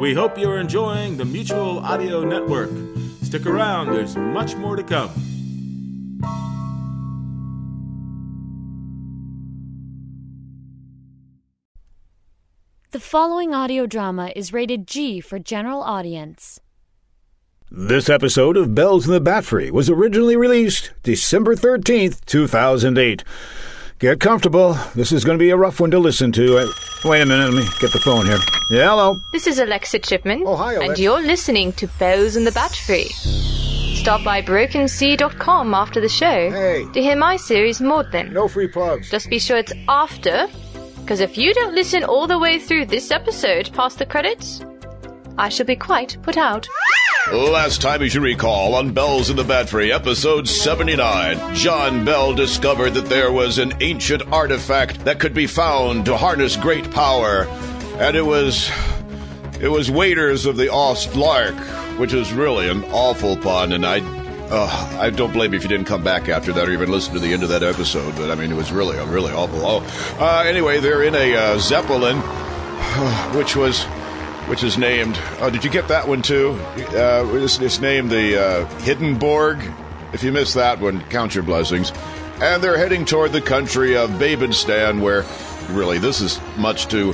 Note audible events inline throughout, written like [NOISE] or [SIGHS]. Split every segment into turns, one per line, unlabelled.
We hope you're enjoying the Mutual Audio Network. Stick around, there's much more to come.
The following audio drama is rated G for general audience.
This episode of Bells in the Bat Free was originally released December 13th, 2008. Get comfortable. This is going to be a rough one to listen to. I- wait a minute, let me get the phone here. Yeah, hello.
This is Alexa Chipman.
Oh, hi,
And
Alexa.
you're listening to Bells in the Battery. Stop by brokensea.com after the show
Hey.
to hear my series Maudlin.
No free plugs.
Just be sure it's after, because if you don't listen all the way through this episode past the credits, I shall be quite put out.
Last time, as you recall, on Bells in the Bat Free, episode 79, John Bell discovered that there was an ancient artifact that could be found to harness great power, and it was. It was Waiters of the Ost Lark, which is really an awful pun, and I. Uh, I don't blame you if you didn't come back after that or even listen to the end of that episode, but I mean, it was really, really awful. Oh, uh, anyway, they're in a uh, Zeppelin, [SIGHS] which was which is named oh did you get that one too uh, it's, it's named the uh, hiddenborg if you miss that one count your blessings and they're heading toward the country of babenstan where really this is much too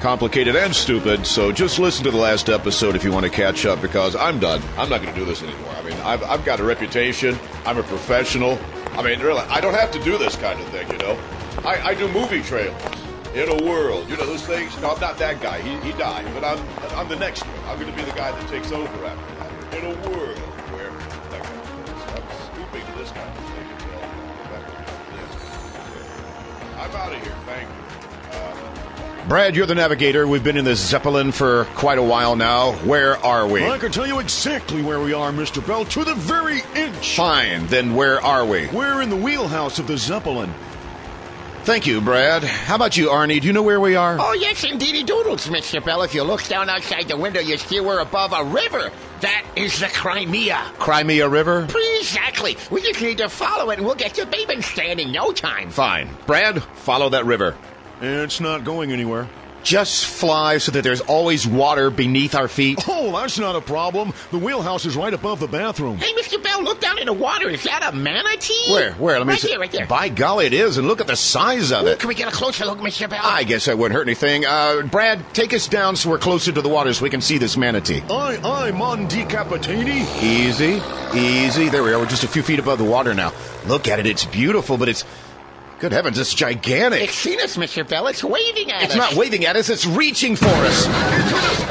complicated and stupid so just listen to the last episode if you want to catch up because i'm done i'm not going to do this anymore i mean I've, I've got a reputation i'm a professional i mean really i don't have to do this kind of thing you know i, I do movie trailers in a world. You know those things. No, I'm not that guy. He, he died, but I'm I'm the next one. I'm going to be the guy that takes over after that. In a world where that kind of thing. So I'm scooping to this kind of thing. until I'm back to this. I'm out of here. Thank you. Uh, Brad, you're the navigator. We've been in this Zeppelin for quite a while now. Where are we?
Well, I can tell you exactly where we are, Mr. Bell, to the very inch.
Fine. Then where are we?
We're in the wheelhouse of the Zeppelin.
Thank you, Brad. How about you, Arnie? Do you know where we are?
Oh, yes, indeedy doodles, Mr. Bell. If you look down outside the window, you see we're above a river. That is the Crimea.
Crimea River?
Exactly. We just need to follow it, and we'll get to Babenstan in no time.
Fine. Brad, follow that river.
It's not going anywhere.
Just fly so that there's always water beneath our feet.
Oh, that's not a problem. The wheelhouse is right above the bathroom.
Hey, Mr. Bell, look down in the water. Is that a manatee?
Where? Where? Let me
right
see.
There, right there.
By golly, it is, and look at the size of
Ooh,
it.
can we get a closer look, Mr. Bell?
I guess that wouldn't hurt anything. Uh, Brad, take us down so we're closer to the water so we can see this manatee.
I, I, Mon Decapitini.
Easy, easy. There we are. We're just a few feet above the water now. Look at it. It's beautiful, but it's. Good heavens, it's gigantic.
It's seen us, Mr. Bell. It's waving at
It's
us.
not waving at us, it's reaching for us.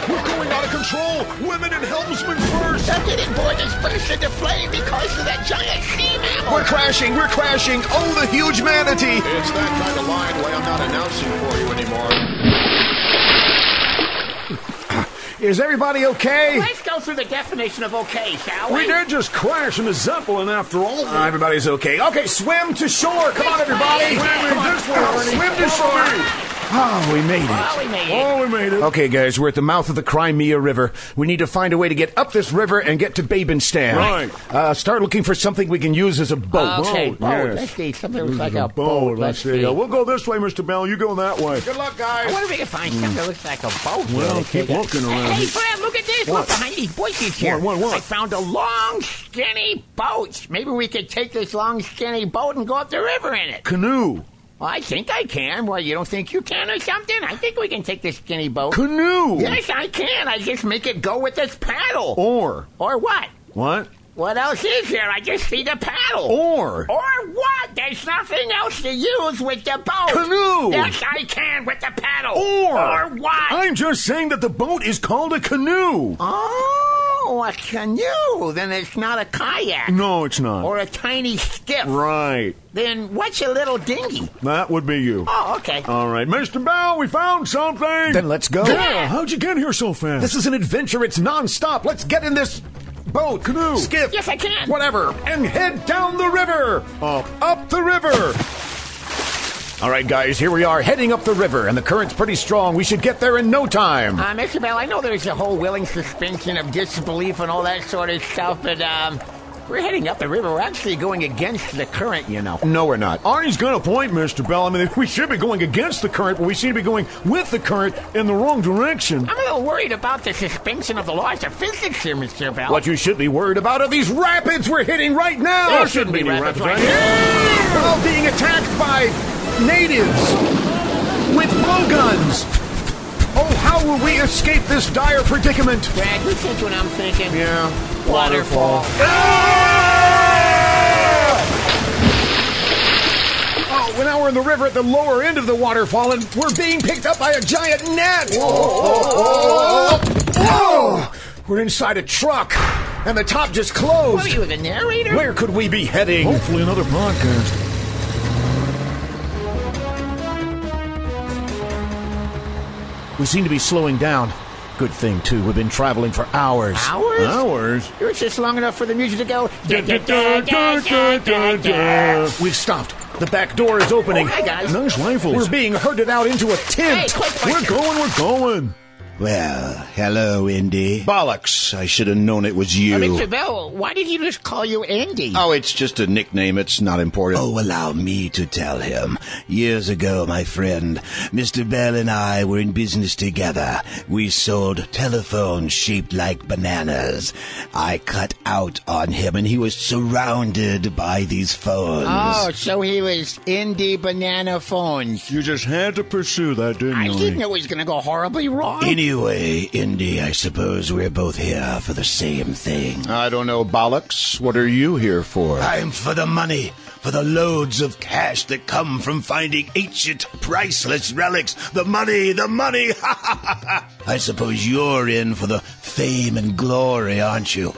We're going out of control. Women and helmsmen first.
Something aboard this burst into flame because of that giant sea mammal.
We're crashing, we're crashing. Oh, the huge manatee.
It's that kind of line where I'm not announcing for you anymore.
Is everybody okay?
Let's go through the definition of okay, shall
We
we?
did just crash in the Zeppelin after all.
Uh, everybody's okay. Okay, swim to shore. Come on, everybody.
Swimming this way, Ernie.
Swim to shore. Oh, we made it.
Oh, we made it.
Oh, we made it.
Okay, guys, we're at the mouth of the Crimea River. We need to find a way to get up this river and get to Babenstan.
Right.
Uh, start looking for something we can use as a boat.
Uh, Okay,
boat,
boat.
Oh, yes.
Let's see. Something looks like
a
a boat.
Let's see. Uh, We'll go this way, Mr. Bell. You go that way.
Good luck,
I
guys.
wonder if we can find something that looks like a boat.
Well,
Let's
keep
take a-
looking around.
Hey, Brad, look at this.
What?
Look behind these bushes here.
What, what, what?
I found a long, skinny boat. Maybe we could take this long, skinny boat and go up the river in it.
Canoe.
Well, I think I can. Well, you don't think you can or something? I think we can take this skinny boat.
Canoe.
Yes, I can. I just make it go with this paddle.
Or.
Or what?
What?
What else is there? I just see the paddle.
Or.
Or what? There's nothing else to use with the boat.
Canoe.
Yes, I can with the paddle.
Or.
Or what?
I'm just saying that the boat is called a canoe.
Oh, a canoe. Then it's not a kayak.
No, it's not.
Or a tiny skiff.
right.
Then what's a little dinghy?
That would be you.
Oh, okay.
All right, Mr. Bell, we found something.
Then let's go.
Yeah, how'd you get here so fast?
This is an adventure. It's nonstop. Let's get in this boat,
Canoe.
skiff,
yes, I can.
whatever, and head down the river.
Up.
Up the river. All right, guys, here we are heading up the river, and the current's pretty strong. We should get there in no time.
Uh, Mr. Bell, I know there's a whole willing suspension of disbelief and all that sort of stuff, but um, we're heading up the river. We're actually going against the current, you know.
No, we're not.
Arnie's got a point, Mr. [LAUGHS] Bell. I mean, we should be going against the current, but we seem to be going with the current in the wrong direction.
I'm a little worried about the suspension of the laws of physics here, Mr. Bell.
What you should be worried about are these rapids we're hitting right now.
There shouldn't be rapids right here.
We're all being attacked by natives with blowguns. Oh, how will we escape this dire predicament?
Brad, you think what I'm thinking?
Yeah.
Waterfall.
Oh, well, now we're in the river at the lower end of the waterfall, and we're being picked up by a giant net. Whoa! We're inside a truck, and the top just
What are
closed.
you, the narrator?
Where could we be heading?
Hopefully, another podcast.
We seem to be slowing down. Good thing, too. We've been traveling for hours.
Hours?
Hours?
It was just long enough for the music to go.
We've stopped. The back door is opening.
Okay, guys.
Nice rifles.
We're being herded out into a
Hey,
tent.
quick,
We're going, we're going.
Well, hello, Indy.
Bollocks! I should have known it was you.
Uh, Mr. Bell, why did he just call you Andy?
oh, it's just a nickname. It's not important.
Oh, allow me to tell him. Years ago, my friend, Mr. Bell and I were in business together. We sold telephones shaped like bananas. I cut out on him and he was surrounded by these phones.
Oh, so he was Indy Banana Phones.
You just had to pursue that, didn't
I
you?
didn't know it was going to go horribly wrong.
Anyway, Indy, I suppose we're both here for the same thing.
I don't know, Bollocks. What are you here for?
I'm for the money, for the loads of cash that come from finding ancient, priceless relics. The money, the money! [LAUGHS] I suppose you're in for the fame and glory, aren't you?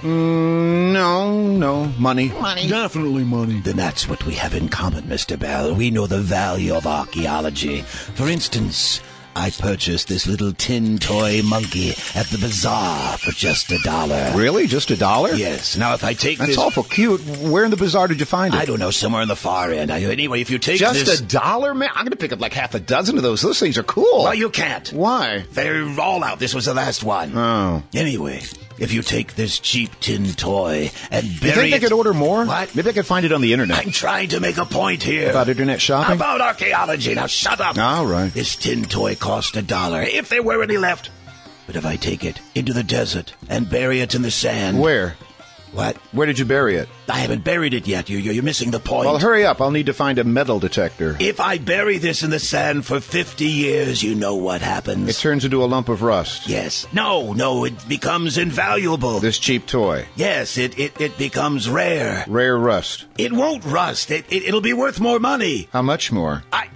no, no, money.
Money.
Definitely money.
Then that's what we have in common, Mr. Bell. We know the value of archaeology. For instance, I purchased this little tin toy monkey at the bazaar for just a dollar.
Really? Just a dollar?
Yes. Now, if I take
That's
this,
awful cute. Where in the bazaar did you find it?
I don't know, somewhere in the far end. I, anyway, if you take
Just
this,
a dollar, man? I'm going to pick up like half a dozen of those. Those things are cool.
well, you can't.
Why?
They're all out. This was the last one.
Oh.
Anyway, if you take this cheap tin toy and
You
bury
think they
it-
could order more?
What?
Maybe I could find it on the internet.
I'm trying to make a point here.
About internet shopping?
About archaeology. Now shut up.
All right.
This tin toy cost a dollar, if there were any left. But if I take it into the desert and bury it in the sand.
Where?
What?
Where did you bury it?
I haven't buried it yet. You, you- you're missing the point.
Well, hurry up. I'll need to find a metal detector.
if I bury this in the sand for 50 years, you know what happens.
It turns into a lump of rust.
yes. No, no, it becomes invaluable.
This cheap toy.
yes, it, it, it becomes rare.
Rare rust.
It won't rust. It, it, it'll be worth more money.
How much more?
I,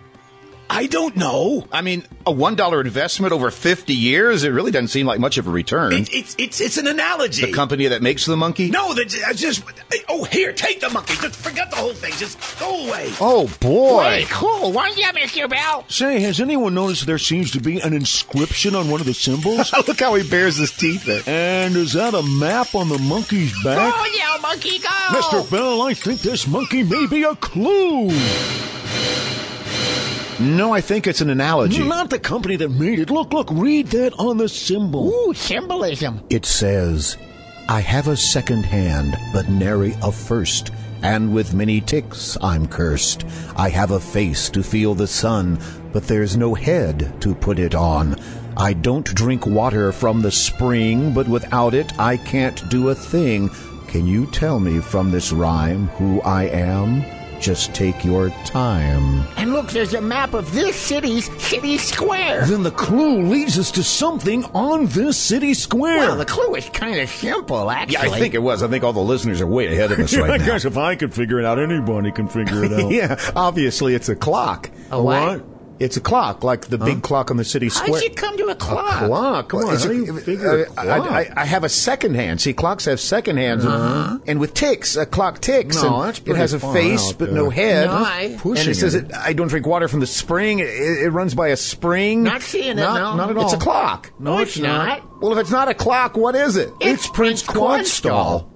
I don't know.
I mean, a $1 investment over 50 years? It really doesn't seem like much of a return.
It's it's it's it's an analogy.
the company that makes the monkey?
no, the, I just oh here, take the monkey. Just forget the whole thing. Just go away.
Oh, boy.
Hey, cool. Why not Mr. Bell?
Say, has anyone noticed there seems to be an inscription on one of the
[LAUGHS]
symbols?
Look how he bares his teeth. In.
and is that a map on the monkey's back?
[LAUGHS]
Oh, yeah, monkey, go!
Mr. Bell, I think this monkey may be a clue.
No, I think it's an analogy.
Not the company that made it. Look, look, read that on the symbol.
Ooh, symbolism.
It says, I have a second hand, but nary a first, and with many ticks I'm cursed. I have a face to feel the sun, but there's no head to put it on. I don't drink water from the spring, but without it I can't do a thing. Can you tell me from this rhyme who I am? Just take your time.
And look, there's a map of this city's city square.
Then the clue leads us to something on this city square.
Well, the clue is kind of simple, actually.
Yeah, I think it was. I think all the listeners are way ahead of
[LAUGHS]
us
Yeah,
right
I
now.
guess if I could figure it out, anybody can figure
[LAUGHS]
it out.
Yeah, obviously it's a clock.
A what?
It's a clock, like the big clock on the city
How'd
square.
you come to a clock?
Clock. Come
Well,
on.
it's
how
a-
do you figure
uh,
a
I-
clock? Uh-huh. I, I have a second hand. See, clocks have second hands, and, and with ticks, a clock ticks.
No,
and
that's
it
pretty
has a
far
face
out
but
there.
no head.
No, I-
and
Pushing
it says,
it.
it, "I don't drink water from the spring." It, it runs by a spring.
Not seeing it, no.
Not at all. It's a clock.
No, it's not.
Well, if it's not a clock, what is it?
It's Prince Cornstall.
Oh,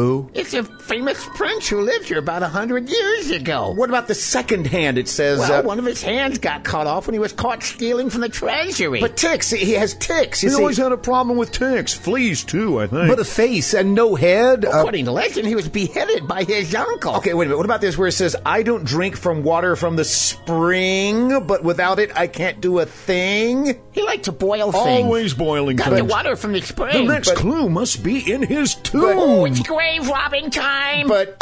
Who?
It's a famous prince who lived here about a hundred years ago.
What about the second hand? It says.
Well,
uh,
one of his hands got cut off when he was caught stealing from the treasury.
But ticks, he has ticks.
He
You see.
always had a problem with ticks, fleas too, I think.
but a face and no head. uh,
According to legend, he was beheaded by his uncle.
Okay, wait a minute. What about this where it says, I don't drink from water from the spring, but without it, I can't do a thing?
He liked to boil things.
always boiling
Got the
things.
water from the
The
spring.
next clue must be in his
Oh,
tomb.
it's grave robbing time.
But.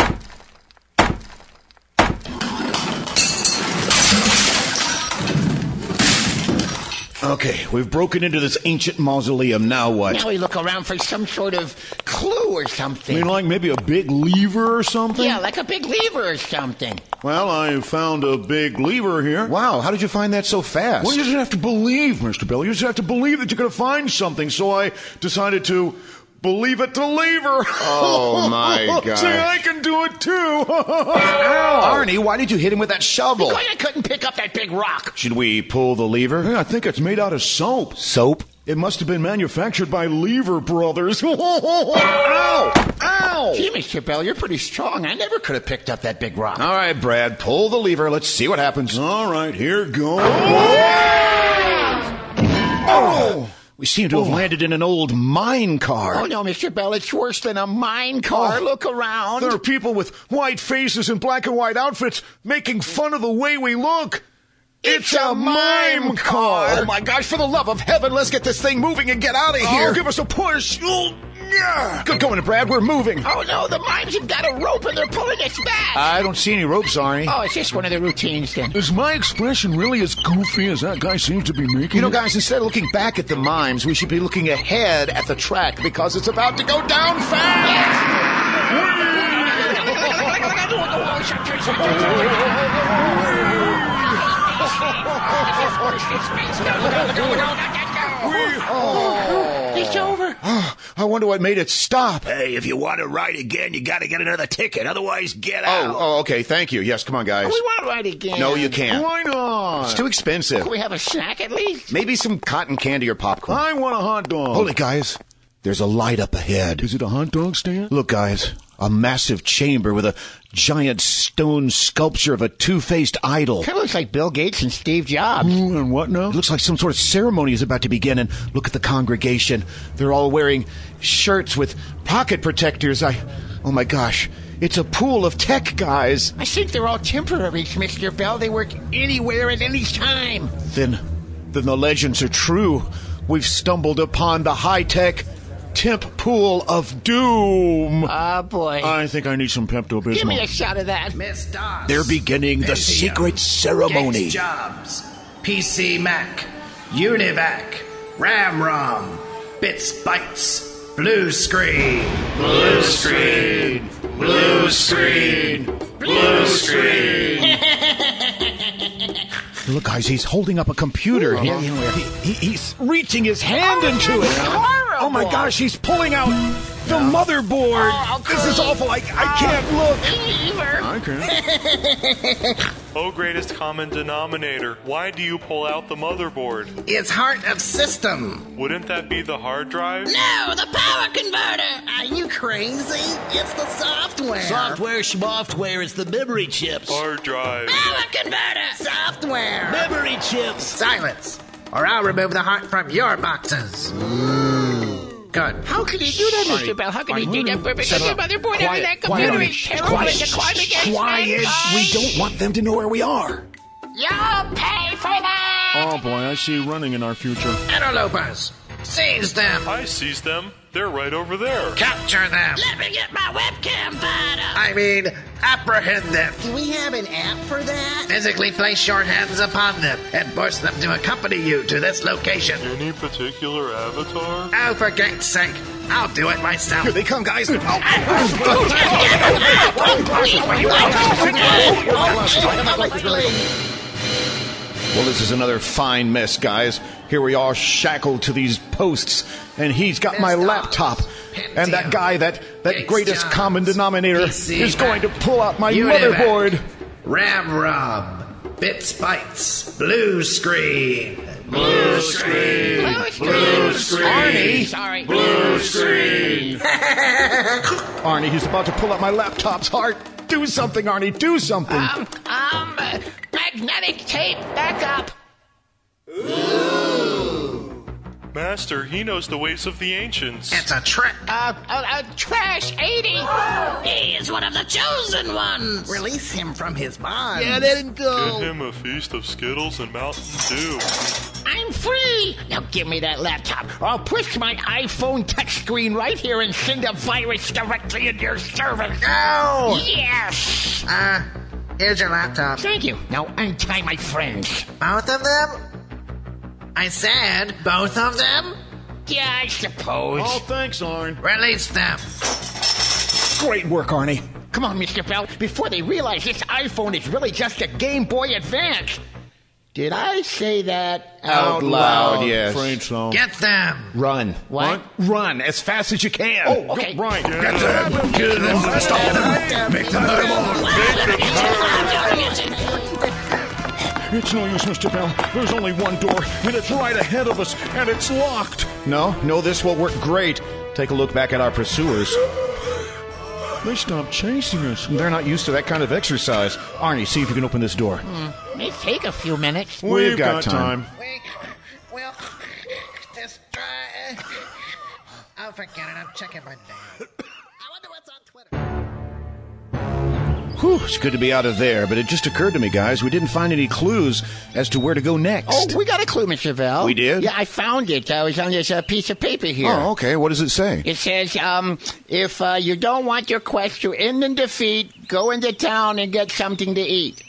Okay, we've broken into this ancient mausoleum. Now what?
now we look around for some sort of clue or
I
something.
mean, like maybe a big lever or something?
yeah, like a big lever or something.
Well, I found a big lever here.
Wow, how did you find that so fast?
Well, you just have to believe, Mr. Bell. You just have to believe that you're going to find something. So I decided to believe it to leave her. [LAUGHS]
Oh, my gosh.
See, I can do it too. [LAUGHS]
Arnie, why did you hit him with that shovel?
Why I couldn't pick up that big rock.
Should we pull the lever?
Yeah, I think it's made out of soap.
Soap?
It must have been manufactured by Lever Brothers. [LAUGHS] Ow! Ow!
Gee, Mr. Bell, you're pretty strong. I never could have picked up that big rock.
All right, Brad, pull the lever. Let's see what happens.
All right, here goes. Oh!
Oh!
We seem to have landed in an old mine car.
Oh no, Mr. Bell, it's worse than a mine car.
Oh.
Look around.
There are people with white faces and black and white outfits making fun of the way we look. It's, a, mime, car.
Oh my gosh, for the love of heaven, let's get this thing moving and get out of
Oh,
here.
give us a push. Oh, yeah.
Good going, Brad. We're moving.
Oh no, the mimes have got a rope and they're pulling us back.
I don't see any ropes, Arnie.
oh, it's just one of the
[LAUGHS]
routines then.
Is my expression really as goofy as that guy seems to be making?
You know, guys, instead of looking back at the mimes, we should be looking ahead at the track because it's about to go down fast.
It's over.
I wonder what made it stop.
Hey, if you want to ride again, you got to get another ticket. Otherwise, get
Oh, oh, okay. Thank you. Yes, come on,
We
guys.
want to ride again.
No, you can't.
Why not?
It's too expensive.
Can we have a snack at least?
Maybe some cotton candy or popcorn.
I want a hot dog.
Hold it, guys. There's a light up ahead.
Is it a hot dog stand?
Look, guys, a massive chamber with a giant stone sculpture of a two-faced idol.
Kind of looks like Bill Gates and Steve Jobs.
Ooh, and what now?
It looks like some sort of ceremony is about to begin, and look at the congregation. They're all wearing shirts with pocket protectors. I, oh my gosh, it's a pool of tech guys.
I think they're all temporaries, Mr. Bell. They work anywhere at any time.
Then, then the legends are true. We've stumbled upon the high tech temp pool of doom.
Oh, boy.
Uh,
I think I need some Pepto
Give me a
Bismol.
shot of that.
They're beginning the secret ceremony.
Jobs, PC Mac, Univac, RAM ROM, Bits Bytes, Blue Screen, Blue Screen, Blue Screen, Blue Screen.
Look, guys, he's holding up a computer. He- he- he- he's reaching his hand into it. Oh my gosh, he's pulling out the motherboard. This is awful. I, I can't look.
I can't.
Oh, greatest common denominator, why do you pull out the motherboard?
It's heart of system.
Wouldn't that be the hard drive?
Oh,
No, the power converter. Are you crazy? It's the software.
Software, software is the memory chips.
Hard drive.
power converter. Software.
Memory chips.
Silence, or I'll remove the heart from your boxes.
Mm.
Good.
How can he do that, Mr. Bell? How can he do that? Because the motherboard under that computer is terrible and the climb against
Quiet. We don't want them to know where we are.
You'll pay for that!
Oh boy, I see running in our future.
Interlopers, seize them.
I seized them. They're right over there.
Capture them.
Let me get my webcam photo!
I mean, apprehend them.
Do we have an app for that?
Physically place your hands upon them and force them to accompany you to this location.
Any particular avatar?
Oh, for God's sake, I'll do it myself. [LAUGHS]
Here they come, guys. Well, this is another fine mess, guys. Here we are shackled to these posts, and he's got my
Messed up.
laptop. And that
Pentium.
guy, that, that
Gates
greatest
Jobs.
common denominator,
PC
is going to pull out my
Univac.
motherboard.
Ram Rob. Bits Bites. Blue Screen. Blue Screen.
Blue screen.
screen.
Arnie? Sorry.
Blue screen.
Arnie, he's about to pull out my laptop's heart. Do something, Arnie. Do something.
Um, um, uh, magnetic tape back up.
Master, he knows the ways of the ancients.
It's a trick.
Uh, uh, uh, trash 80.
He is one of the chosen ones.
Release him from his bond.
Yeah, let him
Get
[LAUGHS]
go.
him a feast of Skittles and Mountain Dew.
I'm free. Now give me that laptop, or I'll push my iPhone touchscreen right here and send a virus directly into your server.
No!
Yes.
Uh, here's your laptop.
Thank you. Now untie my friends.
Both of them? I said both of them?
Yeah, I suppose.
Oh, thanks, Arn.
Release them.
Great work, Arnie.
Come on, Mr. Bell, before they realize this iPhone is really just a Game Boy Advance. Did I say that out,
loud, yes.
French song.
Get them.
Run.
What?
Run as fast as you can.
Oh, okay.
Right.
Get them. Kill them. Stop them. Make them
It's no use, Mr. Bell. There's only one door, and it's right ahead of us, and it's locked. No, no, this will work great. Take a look back at our pursuers. They stopped chasing us. They're not used to that kind of exercise. Arnie, see if you can open this door.
May take a few minutes.
We've, got, time.
We will destroy. Oh, forget it. I'm checking my name. [COUGHS] I wonder what's on Twitter.
Whew, it's good to be out of there, but it just occurred to me, guys, we didn't find any clues as to where to go next.
Oh, we got a clue, Mr. Bell.
We did?
Yeah, I found it. Uh, it's on this uh, piece of paper here.
Oh, okay. What does it say?
It says, um, if uh, you don't want your quest to end in defeat, go into town and get something to eat.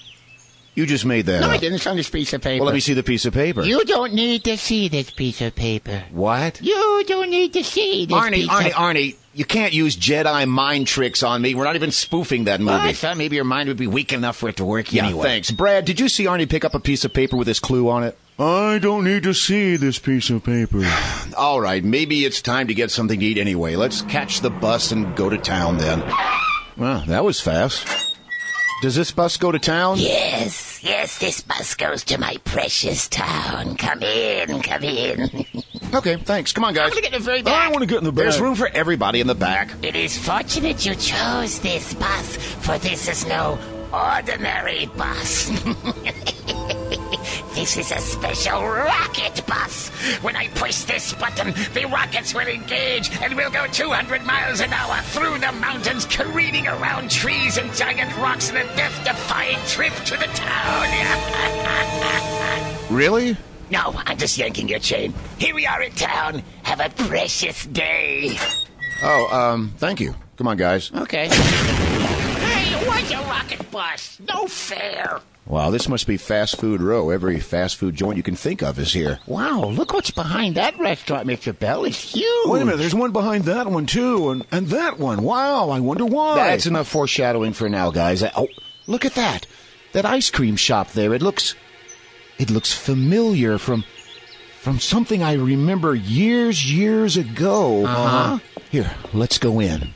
You just made that
No, I
up.
didn't. It's on this piece of paper.
Oh. Well, let me see the piece of paper.
You don't need to see this piece of paper.
What?
You don't need to see this
Arnie,
piece
Arnie,
of
Arnie, you can't use Jedi mind tricks on me. We're not even spoofing that
Well, I
movie.
thought maybe your mind would be weak enough for it to work
Yeah,
anyway.
thanks. Brad, did you see Arnie pick up a piece of paper with his clue on it?
I don't need to see this piece of paper.
All right, maybe it's time to get something to eat anyway. Let's catch the bus and go to town then. Well, that was fast. Does this bus go to town?
Yes, yes, this bus goes to my precious town. Come in, come in.
Okay, thanks. Come on,
I'm
guys.
gonna get in the very
I
back.
want to get in the back.
There's room for everybody in the back.
It is fortunate you chose this bus, for this is no ordinary bus. [LAUGHS] this is a special rocket bus. When I push this button, the rockets will engage and we'll go 200 miles an hour through the mountains, careening around trees and giant rocks in a death defying trip to the town.
Really?
[LAUGHS] No, I'm just yanking your chain. Here we are in town. Have a precious day.
Oh, um, thank you. Come on, guys.
Okay.
Hey, where's your rocket bus? No fair.
Wow, this must be fast food row. Every fast food joint you can think of is here.
Wow, look what's behind that restaurant, Mr. Bell. It's huge.
Wait a minute, there's one behind that one, too, and, and that one. Wow, I wonder why.
That's enough foreshadowing for now, guys. I, oh, look at that. That ice cream shop there. It looks it looks familiar from from something I remember years years ago. Uh-huh. Here, let's go in.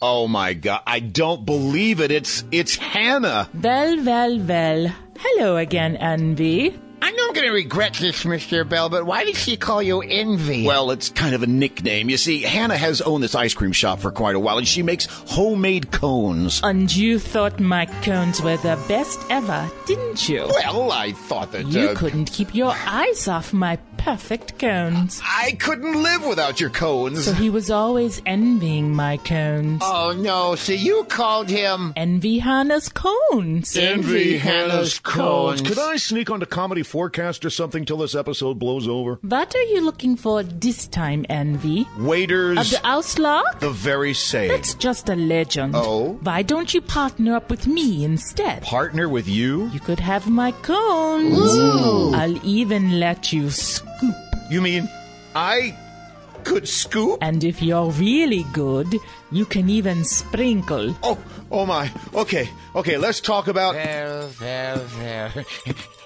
Oh my god, I don't believe it. It's it's Hannah.
Well, well, well. Hello again, Envy.
I know I'm going to regret this, Mr. Bell, but why did she call you Envy?
Well, it's kind of a nickname. You see, Hannah has owned this ice cream shop for quite a while and she makes homemade cones.
And you thought my cones were the best ever, didn't you?
Well, I thought that
You
uh,
couldn't keep your eyes off my perfect cones.
I couldn't live without your cones.
So he was always envying my cones.
oh, no. So you called him.
Envy Hannah's cones.
Envy Hannah's cones.
Could I sneak onto Comedy Forecast or something till this episode blows over?
What are you looking for this time, Envy? Of
Waiters,
the outlaw?
the very same.
That's just a legend.
Oh?
Why don't you partner up with me instead?
Partner with you?
You could have my cones. I'll even let you scoop.
You mean I could scoop?
And if you're really good, you can even sprinkle.
Oh, oh my. Okay, okay, let's talk about.
Well, well, well. [LAUGHS]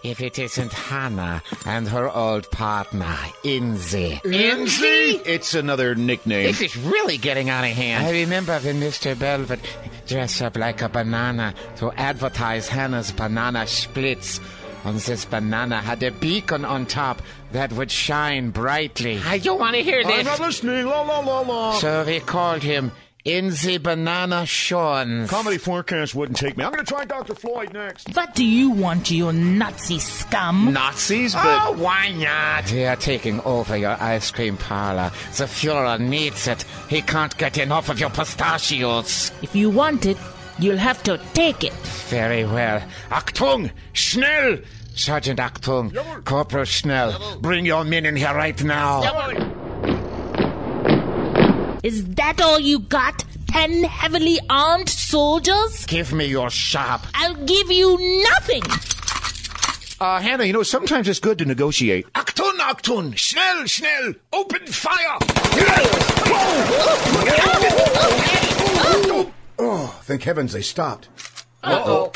If it isn't Hannah and her old partner, Inzi.
Inzi? It's another nickname.
This is really getting out of hand. I remember when Mr. Bell would dress up like a banana to advertise Hannah's banana splits. And this banana had a beacon on top that would shine brightly. I don't want to hear
I'm
this.
not listening. La la la la.
So they called him In the Banana Sean.
Comedy forecast wouldn't take me. I'm going to try Dr. Floyd next.
What do you want, you Nazi scum?
Nazis,
but-
Oh, why not? They are taking over your ice cream parlor. The Fuhrer needs it. He can't get enough of your pistachios.
If you want it, you'll have to take it.
Very well. Achtung! Schnell! Sergeant Achtung, Corporal Schnell, bring your men in here right now.
Is that all you got? Ten heavily armed soldiers?
Give me your shop.
I'll give you nothing!
Uh, Hannah, you know, sometimes it's good to negotiate.
Achtung, Achtung! Schnell, schnell!
[LAUGHS]
Open fire!
Oh, thank heavens they stopped.
Uh-oh.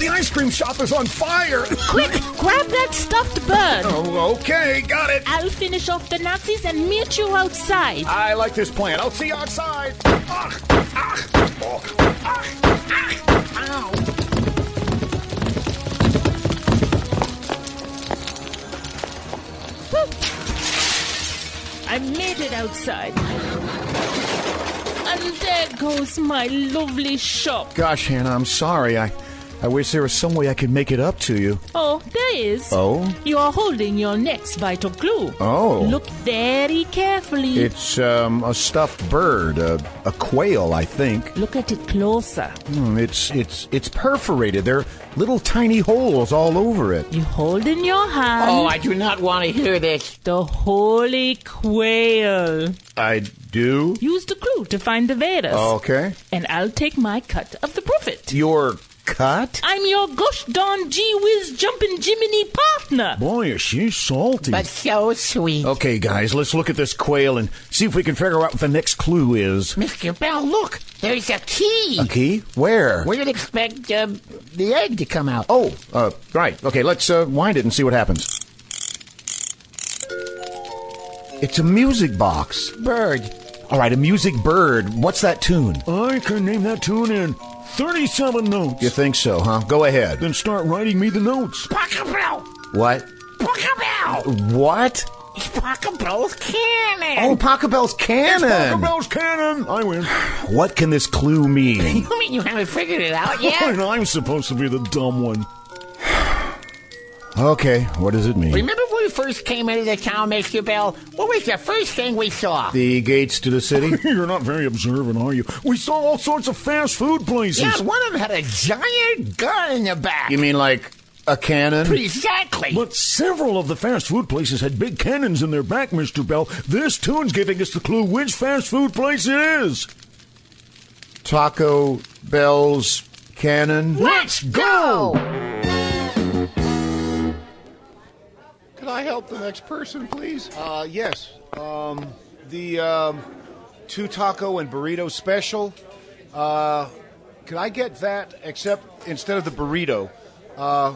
The ice cream shop is on fire!
Quick, grab that stuffed bird!
Oh, okay, got it!
I'll finish off the Nazis and meet you outside.
I like this plan. I'll see you outside.
I made it outside. And there goes my lovely shop.
Gosh, Hannah, I'm sorry. I, I wish there was some way I could make it up to you.
Oh, there is.
Oh?
You are holding your next vital clue.
Oh.
Look very carefully.
[LAUGHS] It's um, a stuffed bird, a, a quail, I think.
Look at it closer.
Hmm, it's it's it's perforated. There are little tiny holes all over it.
You hold in your hand.
Oh, I do not want to hear this.
The holy quail.
I do.
Use the clue to find the Vedas.
Okay.
And I'll take my cut of the profit.
Your cut?
I'm your gosh darn gee whiz jumping Jiminy partner.
Boy, is she salty.
But so sweet.
Okay, guys, let's look at this quail and see if we can figure out what the next clue is.
Mr. Bell, look! There's a key!
A key? Where?
We would expect uh, the egg to come out.
Oh, uh, right. Okay, let's uh, wind it and see what happens. It's a music box.
Bird.
All right, a music bird. What's that tune?
I can name that tune in 37 notes.
You think so, huh? Go ahead.
Then start writing me the notes.
Pachelbel!
What?
Pachelbel!
What?
Pachelbel's cannon!
Oh, Pachelbel's cannon.
Bell's cannon. I win.
[SIGHS] What can this clue mean?
You mean you haven't figured it out
[LAUGHS]
yet?
and I'm supposed to be the dumb one. [SIGHS]
okay, what does it mean?
Remember when we first came into the town, Mr. Bell? What was the first thing we saw?
The gates to the city?
You're not very observant, are you? We saw all sorts of fast food places.
Yeah, one of them had a giant gun in the back.
You mean like a cannon?
Exactly.
But several of the fast food places had big cannons in their back, Mr. Bell. This tune's giving us the clue which fast food place it is.
Taco Bell's cannon?
Let's go!
Can I help the next person, please?
Uh, yes. Um, the um, two taco and burrito special. Uh, could I get that, except instead of the burrito? Uh,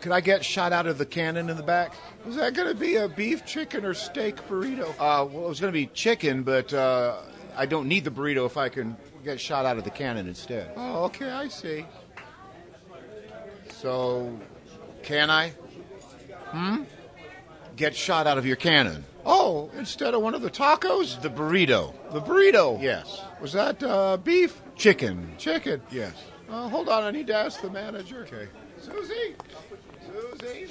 could I get shot out of the cannon in the back? Was that going to be a beef, chicken, or steak burrito? Uh, well, it was going to be chicken, but uh, I don't need the burrito if I can get shot out of the cannon instead. Oh, okay, I see. So, can I? get shot out of your cannon. Oh, instead of one of the tacos? The burrito. The burrito? Yes. Was that uh, beef? Chicken. Chicken? Yes. Uh, hold on, I need to ask the manager. Okay. Susie? Susie?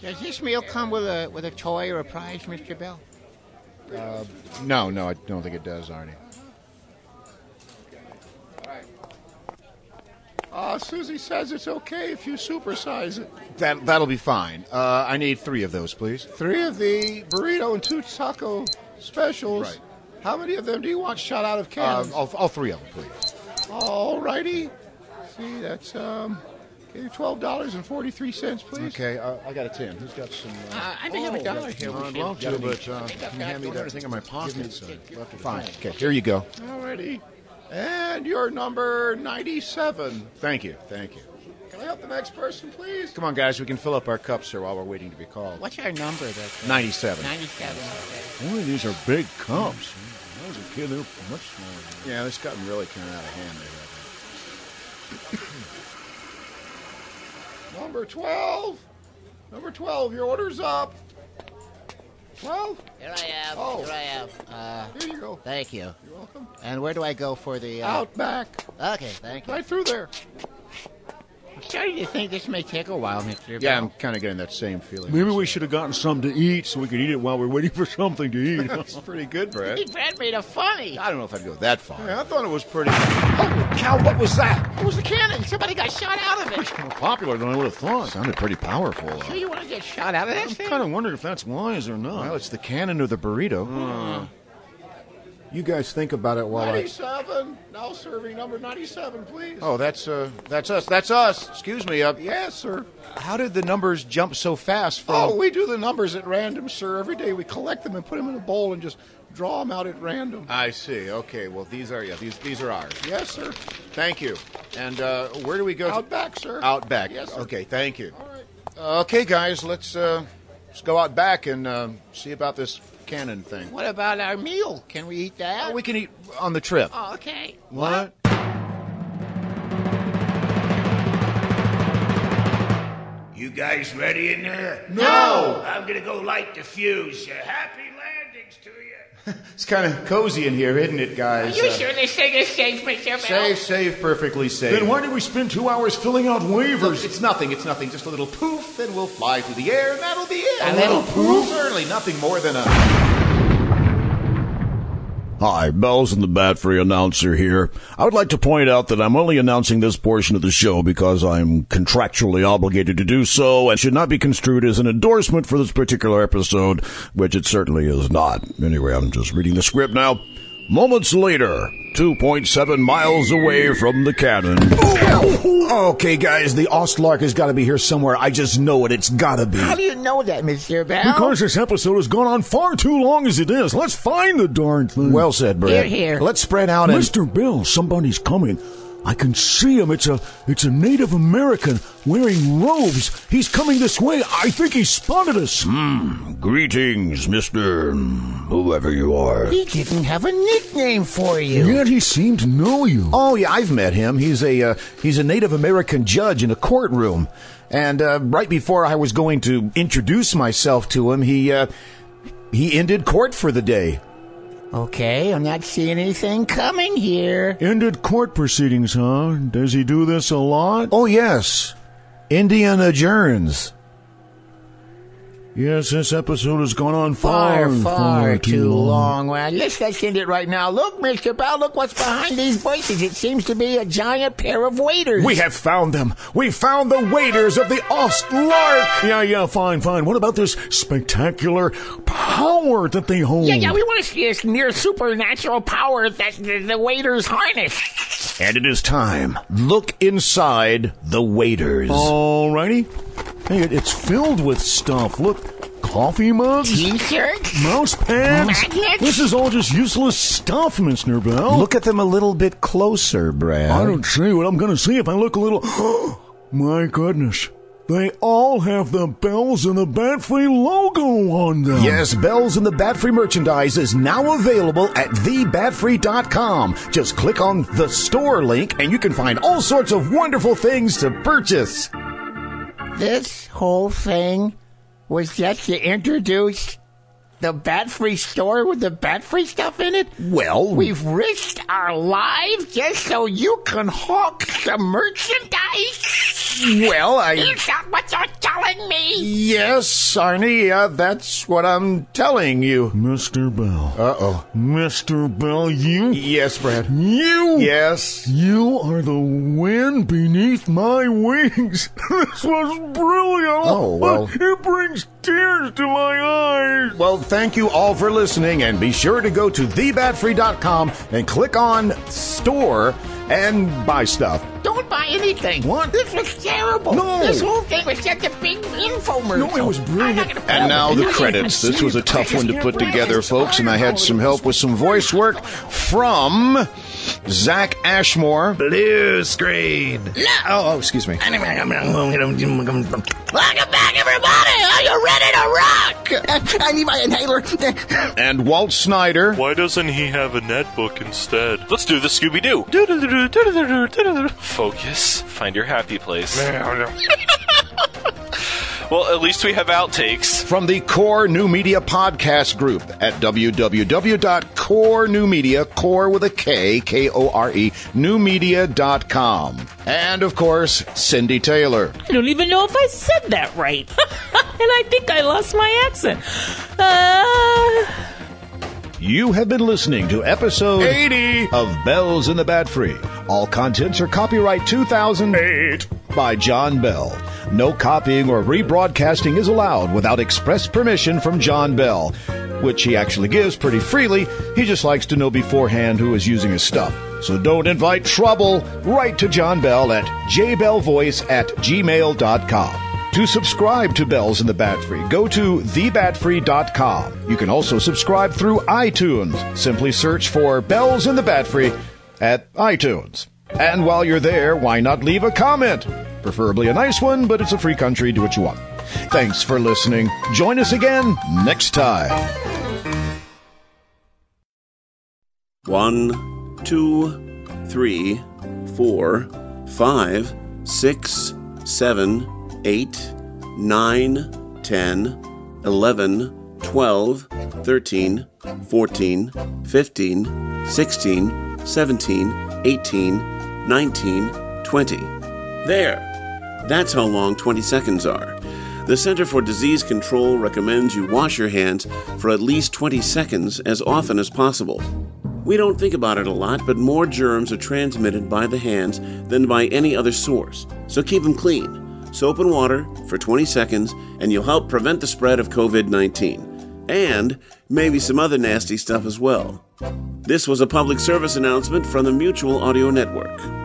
Does this meal come with a Uh, with a toy or a prize, Mr. Bell?
No, no, I don't think it does, Arnie. Uh, Susie says it's okay if you supersize it. That, that'll be fine. Uh, I need three of those, please. Three of the burrito and two taco specials. Right. How many of them do you want shot out of cans? all, all three of them, please. All righty. See, that's um, twelve dollars and forty-three cents, please. Okay, uh, I got a ten. Who's got some? Uh,
I may have a dollar here.
I'd love to, Oh, but uh, can you hand me that thing in my pocket? So
Fine. Okay, here you go.
Alrighty. And you're number 97. Thank you. Thank you. Can I help the next person, please? Come on, guys. We can fill up our cups here while we're waiting to be called.
What's our number? That's
97.
97.
Boy, these are big cups. When I was a kid, they were much smaller.
Yeah, this gotten really kind of out of hand. There, I think.
Number 12. Number 12, your order's up. 12?
Here I am.
Oh.
Here I am.
Uh, Here you go.
Thank you.
You're welcome.
And where do I go for the uh...
Out back.
Okay, thank you.
Right through there.
I'm starting to think this may take a while, Mr.
Yeah, I'm kind of getting that same feeling.
Maybe we should have gotten something to eat so we could eat it while we're waiting for something to
[LAUGHS]
eat.
That's pretty good,
Bell.
Brad.
He Brad made a funny.
I don't know if I'd go that far.
Yeah, I thought it was pretty. Holy cow, what was that?
It was the cannon. Somebody got shot out of it.
More popular than I would have thought. Sounded pretty powerful. though.
So you want to get shot out of that thing?
kind of wondering if that's wise or not.
Well, it's the cannon or the burrito. You guys think about it while I.
97. Now serving number 97, please.
Oh, that's uh, that's us. That's us. Excuse me. Uh,
Yes, sir.
How did the numbers jump so fast from?
Oh, we do the numbers at random, sir. Every day we collect them and put them in a bowl and just draw them out at random.
I see. Okay. Well, these are yeah. These these are ours.
Yes, sir.
Thank you. And uh, where do we go? to-
Out back, sir.
Out back.
Yes, sir.
Okay. Thank you. All right. okay, guys. Let's uh, let's go out back and um, see about this cannon thing.
What about our meal? Can we eat that?
Oh,
We can eat on the trip.
Oh, okay.
What?
You guys ready in there?
No!
I'm gonna go light the fuse. Uh, happy landings to you.
It's kind of cozy in here, isn't it, guys?
you sure this thing is safe, Mr. Bell?
Safe, safe, perfectly safe.
Then why did we spend two hours filling out waivers?
Look, it's nothing, it's nothing. Just a little poof, then we'll fly through the air, and that'll be it.
A little poof?
Certainly nothing more than a.
Hi, Bells and the Bat Free announcer here. I would like to point out that I'm only announcing this portion of the show because I'm contractually obligated to do so and should not be construed as an endorsement for this particular episode, which it certainly is not. Anyway, I'm just reading the script now. Moments later, 2.7 miles away from the cannon.
Okay, guys, the Ostlark has got to be here somewhere. I just know it. It's got to be.
How do you know that, Mr. Bell?
Because this episode has gone on far too long as it is. Let's find the darn thing. Well said,
Brad. Here, here.
Let's spread out and Mr. Bill, somebody's coming. I can see him. It's a it's a Native American wearing robes. He's coming this way. I think he spotted us.
Hmm.
Greetings, Mr. whoever you are.
He didn't have a nickname for you.
Yet he seemed to know you.
Oh yeah, I've met him. He's a uh, he's a Native American judge in a courtroom, and uh, right before I was going to introduce myself to him, he uh, he ended court for the day.
Okay, I'm not seeing anything coming here.
Ended court proceedings, huh? Does he do this a lot? Oh yes. Indian adjourns. Yes, this episode has gone on
Far,
far,
far, too,
long.
long. Well, let's, let's end it right now. Look, Mr. Bell, look what's behind these voices. It seems to be a giant pair of waiters.
We have found them. We found the waiters of the Ostlark. Yeah, yeah, fine, fine. What about this spectacular power that they hold?
Yeah, yeah, we want to see this near supernatural power that the, the waiters harness.
And it is time. Look inside the waiters.
Alrighty. Hey, it, it's filled with stuff. Look, coffee mugs,
T-shirts?
mouse pads.
Magnets?
This is all just useless stuff, Mr. Bell.
Look at them a little bit closer, Brad.
I don't see what I'm going to see if I look a little. [GASPS] My goodness. They all have the bells and the bat free logo on them.
Yes, Bells and the Bat Free merchandise is now available at thebatfree.com. Just click on the store link and you can find all sorts of wonderful things to purchase.
This whole thing was just to introduce the bat free store with the bat free stuff in it?
Well,
We've risked our lives just so you can hawk some merchandise?
well, I
Is that what you're telling me?
yes, uh, Sarnia, that's what I'm telling you.
Mr. Bell.
Uh-oh.
Mr. Bell, you.
Yes, Brad.
You.
Yes.
You are the wind beneath my wings. [LAUGHS] this was brilliant.
Oh, well.
It brings tears to my eyes.
Well, thank you all for listening, and be sure to go to thebatfree.com and click on store and buy stuff.
Don't buy anything.
What?
This was terrible.
No.
This whole thing was just a big infomercial.
No, it was
I'm
brilliant.
not gonna
And now the
I'm not gonna
credits. This was a tough one to put
Credits.
together, folks, and I had some help with some voice work from Zach Ashmore.
Blue screen.
Oh, oh excuse me.
Welcome back,
Everybody, are you ready to rock? I need my inhaler.
And Walt Snyder.
Why doesn't he have a netbook instead? Let's do the Scooby Doo. Focus. place. Find your happy place. well, at least we have outtakes.
From the Core New Media Podcast Group at www.corenewmedia, core with a K, K O R E, newmedia.com. And of course, Cindy Taylor.
I don't even know if I said that right. [LAUGHS] and I think I lost my accent. Uh,
You have been listening to episode 80 of Bells in the Bat Free. All contents are copyright 2008 by John Bell. No copying or rebroadcasting is allowed without express permission from John Bell, which he actually gives pretty freely. He just likes to know beforehand who is using his stuff. So don't invite trouble. Write to John Bell at jbellvoice at gmail.com. To subscribe to Bells in the Bat Free, go to thebatfree.com. You can also subscribe through iTunes. Simply search for Bells in the Bat Free at iTunes. And while you're there, why not leave a comment? Preferably a nice one, but it's a free country. Do what you want. Thanks for listening. Join us again next time.
One, two, three, four, five, six, seven, eight, nine, ten, eleven, twelve, thirteen, fourteen, fifteen, sixteen, seventeen, eighteen, nineteen, twenty. There! That's how long 20 seconds are. The Center for Disease Control recommends you wash your hands for at least 20 seconds as often as possible. We don't think about it a lot, but more germs are transmitted by the hands than by any other source, so keep them clean. Soap and water for 20 seconds, and you'll help prevent the spread of COVID 19. And maybe some other nasty stuff as well. This was a public service announcement from the Mutual Audio Network.